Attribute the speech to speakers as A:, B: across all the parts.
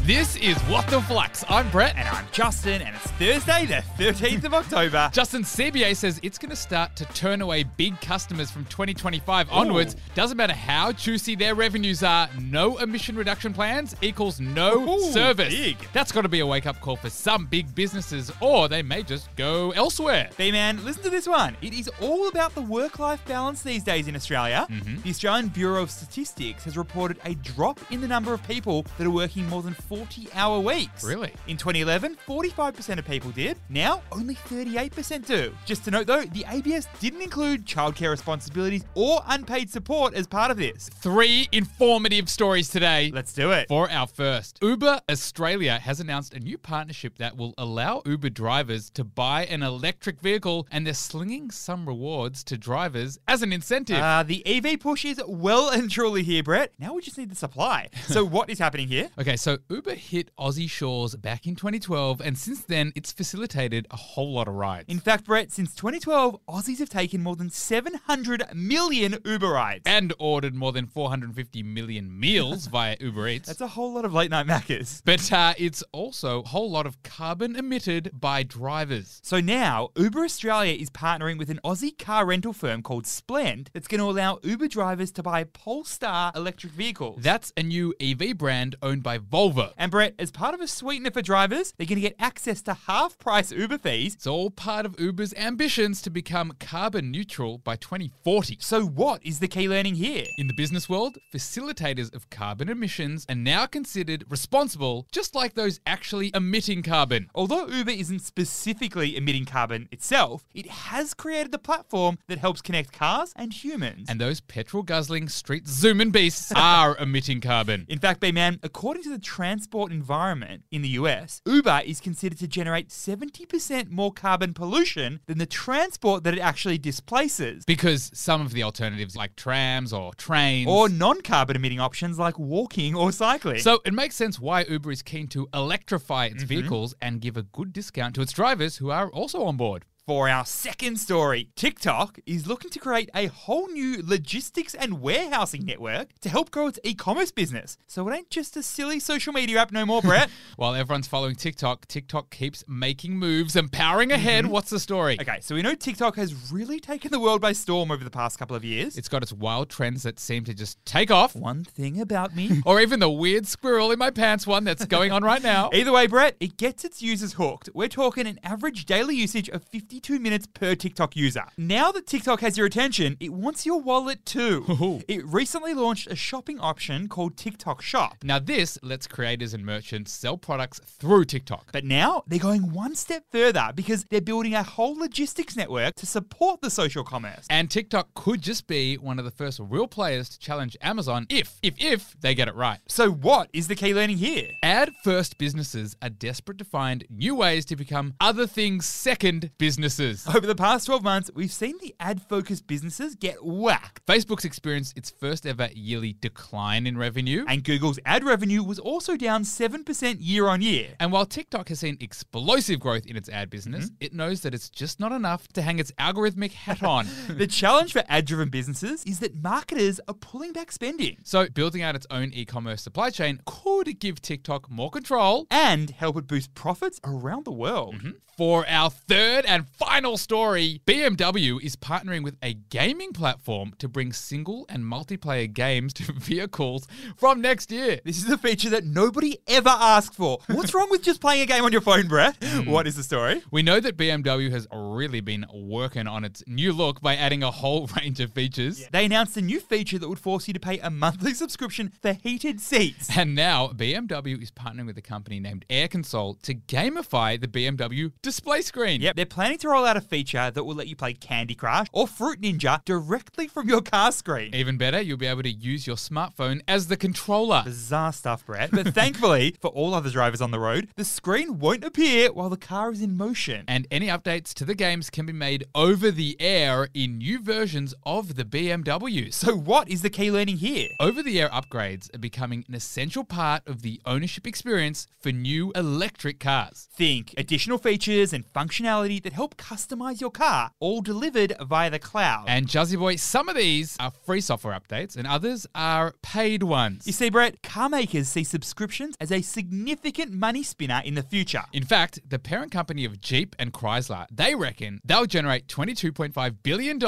A: This is What the Flux. I'm Brett.
B: And I'm Justin, and it's Thursday, the 13th of October.
A: Justin CBA says it's going to start to turn away big customers from 2025 onwards. Doesn't matter how juicy their revenues are, no emission reduction plans equals no
B: Ooh,
A: service.
B: big.
A: That's got to be a wake up call for some big businesses, or they may just go elsewhere.
B: B Man, listen to this one. It is all about the work life balance these days in Australia. The Australian Bureau of Statistics has reported a drop in the number of people that are working more than 40 hour weeks.
A: Really?
B: In 2011, 45% of people did. Now, only 38% do. Just to note though, the ABS didn't include childcare responsibilities or unpaid support as part of this.
A: Three informative stories today.
B: Let's do it.
A: For our first, Uber Australia has announced a new partnership that will allow Uber drivers to buy an electric vehicle, and they're slinging some rewards to drivers as an incentive.
B: Uh, the EV push is well and truly here, Brett. Now we just need the supply. So what is happening here?
A: Okay, so Uber hit Aussie shores back in 2012, and since then it's facilitated a whole lot of rides.
B: In fact, Brett, since 2012, Aussies have taken more than 700 million Uber rides.
A: and ordered more than 450 million meals via Uber Eats.
B: That's a whole lot of late night Maccas.
A: but uh, it's also a whole lot of carbon emitted by drivers.
B: So now, Uber Australia is partnering with an Aussie car rental firm called Splend that's going to allow Uber drivers to buy Polestar electric vehicles.
A: That's a new EV brand owned by Volvo.
B: and Brett, as part of a sweetener for drivers, they're going to get access to half price Uber fees.
A: It's all part of Uber's ambitions to become carbon neutral by 2040.
B: So, what is the key learning here?
A: In the business world, facilitators of carbon emissions are now considered responsible, just like those actually emitting carbon.
B: Although Uber isn't specifically emitting carbon itself, it has created the platform that helps connect cars and humans.
A: And those petrol guzzling street zooming beasts are emitting carbon.
B: in fact, B-Man, according to the transport environment in the US, Uber is considered to generate 70% more carbon pollution than the transport that it actually displaces,
A: Because some of the alternatives, like trams or trains,
B: or non-carbon emitting options like walking or cycling.
A: so it makes sense why Uber is keen to electrify its vehicles and give a good discount to its drivers who are also on board.
B: For our second story, TikTok is looking to create a whole new logistics and warehousing network to help grow its e commerce business. So it ain't just a silly social media app no more, Brett.
A: While everyone's following TikTok, TikTok keeps making moves and powering ahead. What's the story?
B: okay, so we know TikTok has really taken the world by storm over the past couple of years.
A: It's got its wild trends that seem to just take off,
B: one thing about me.
A: or even the weird squirrel in my pants one that's going on right now.
B: Either way, Brett, it gets its users hooked. We're talking an average daily usage of 52 minutes per TikTok user. Now that TikTok has your attention, it wants your wallet too.
A: Ooh.
B: it recently launched a shopping option called TikTok Shop.
A: Now, this lets creators and merchants sell products through TikTok.
B: But now they're going one step further because they're building a whole logistics network to support the social commerce.
A: And TikTok could just be one of the first real players to challenge Amazon if, if, if they get it right.
B: So, what is the key learning here?
A: Ad first businesses are desperate to find new ways to become other things second businesses.
B: Over the past 12 months, we've seen the ad focused businesses get whacked.
A: Facebook's experienced its first ever yearly decline in revenue.
B: And Google's ad revenue was also down 7% year on year.
A: And while TikTok has seen explosive growth in its ad business, it knows that it's just not enough to hang its algorithmic hat on.
B: The challenge for ad driven businesses is that marketers are pulling back spending
A: so, building out its own e commerce supply chain could give TikTok more control.
B: and help it boost profits around the world.
A: For our third and final story, BMW is partnering with a gaming platform to bring single and multiplayer games to vehicles from next year.
B: This is a feature that nobody ever asked for. What's wrong with just playing a game on your phone, Brett? What is the story?
A: We know that BMW has really been working on its new look by adding a whole range of features.
B: They announced a new feature that would force you to pay a monthly subscription for heated seats.
A: And now BMW is partnering with a company named Air Console to gamify the BMW display screen.
B: Yep, they're planning to roll out a feature that will let you play Candy Crush or Fruit Ninja directly from your car screen.
A: Even better, you'll be able to use your smartphone as the controller.
B: Bizarre stuff, Brett. But thankfully, for all other drivers on the road, the screen won't appear while the car is in motion.
A: And any updates to the games can be made over the air in new versions of the BMWs.
B: So, what is the key learning here?
A: Over the air upgrades are becoming an essential part of the ownership experience for new electric cars.
B: Think additional features and functionality that help help customize your car, all delivered via the cloud.
A: And Juzzy Boy, some of these are free software updates and others are paid ones.
B: you see, Brett, car makers see subscriptions as a significant money spinner in the future.
A: In fact, the parent company of Jeep and Chrysler, they reckon they'll generate $22.5 billion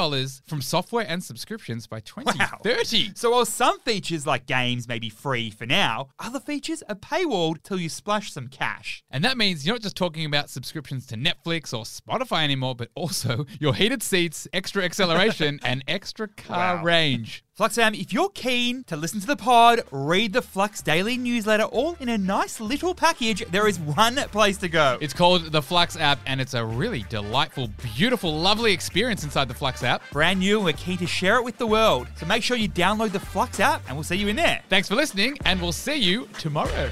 A: from software and subscriptions by 2030.
B: So while some features like games may be free for now, other features are paywalled till you splash some cash.
A: And that means you're not just talking about subscriptions to Netflix or Spotify anymore, but also your heated seats, extra acceleration, and extra car
B: Wow.
A: range.
B: Flux fam, if you're keen to listen to the pod, read the Flux Daily newsletter all in a nice little package, there is one place to go.
A: It's called the Flux app, and it's a really delightful, beautiful, lovely experience inside the Flux app.
B: brand new and we're keen to share it with the world. So make sure you download the Flux app and we'll see you in there.
A: Thanks for listening, and we'll see you tomorrow.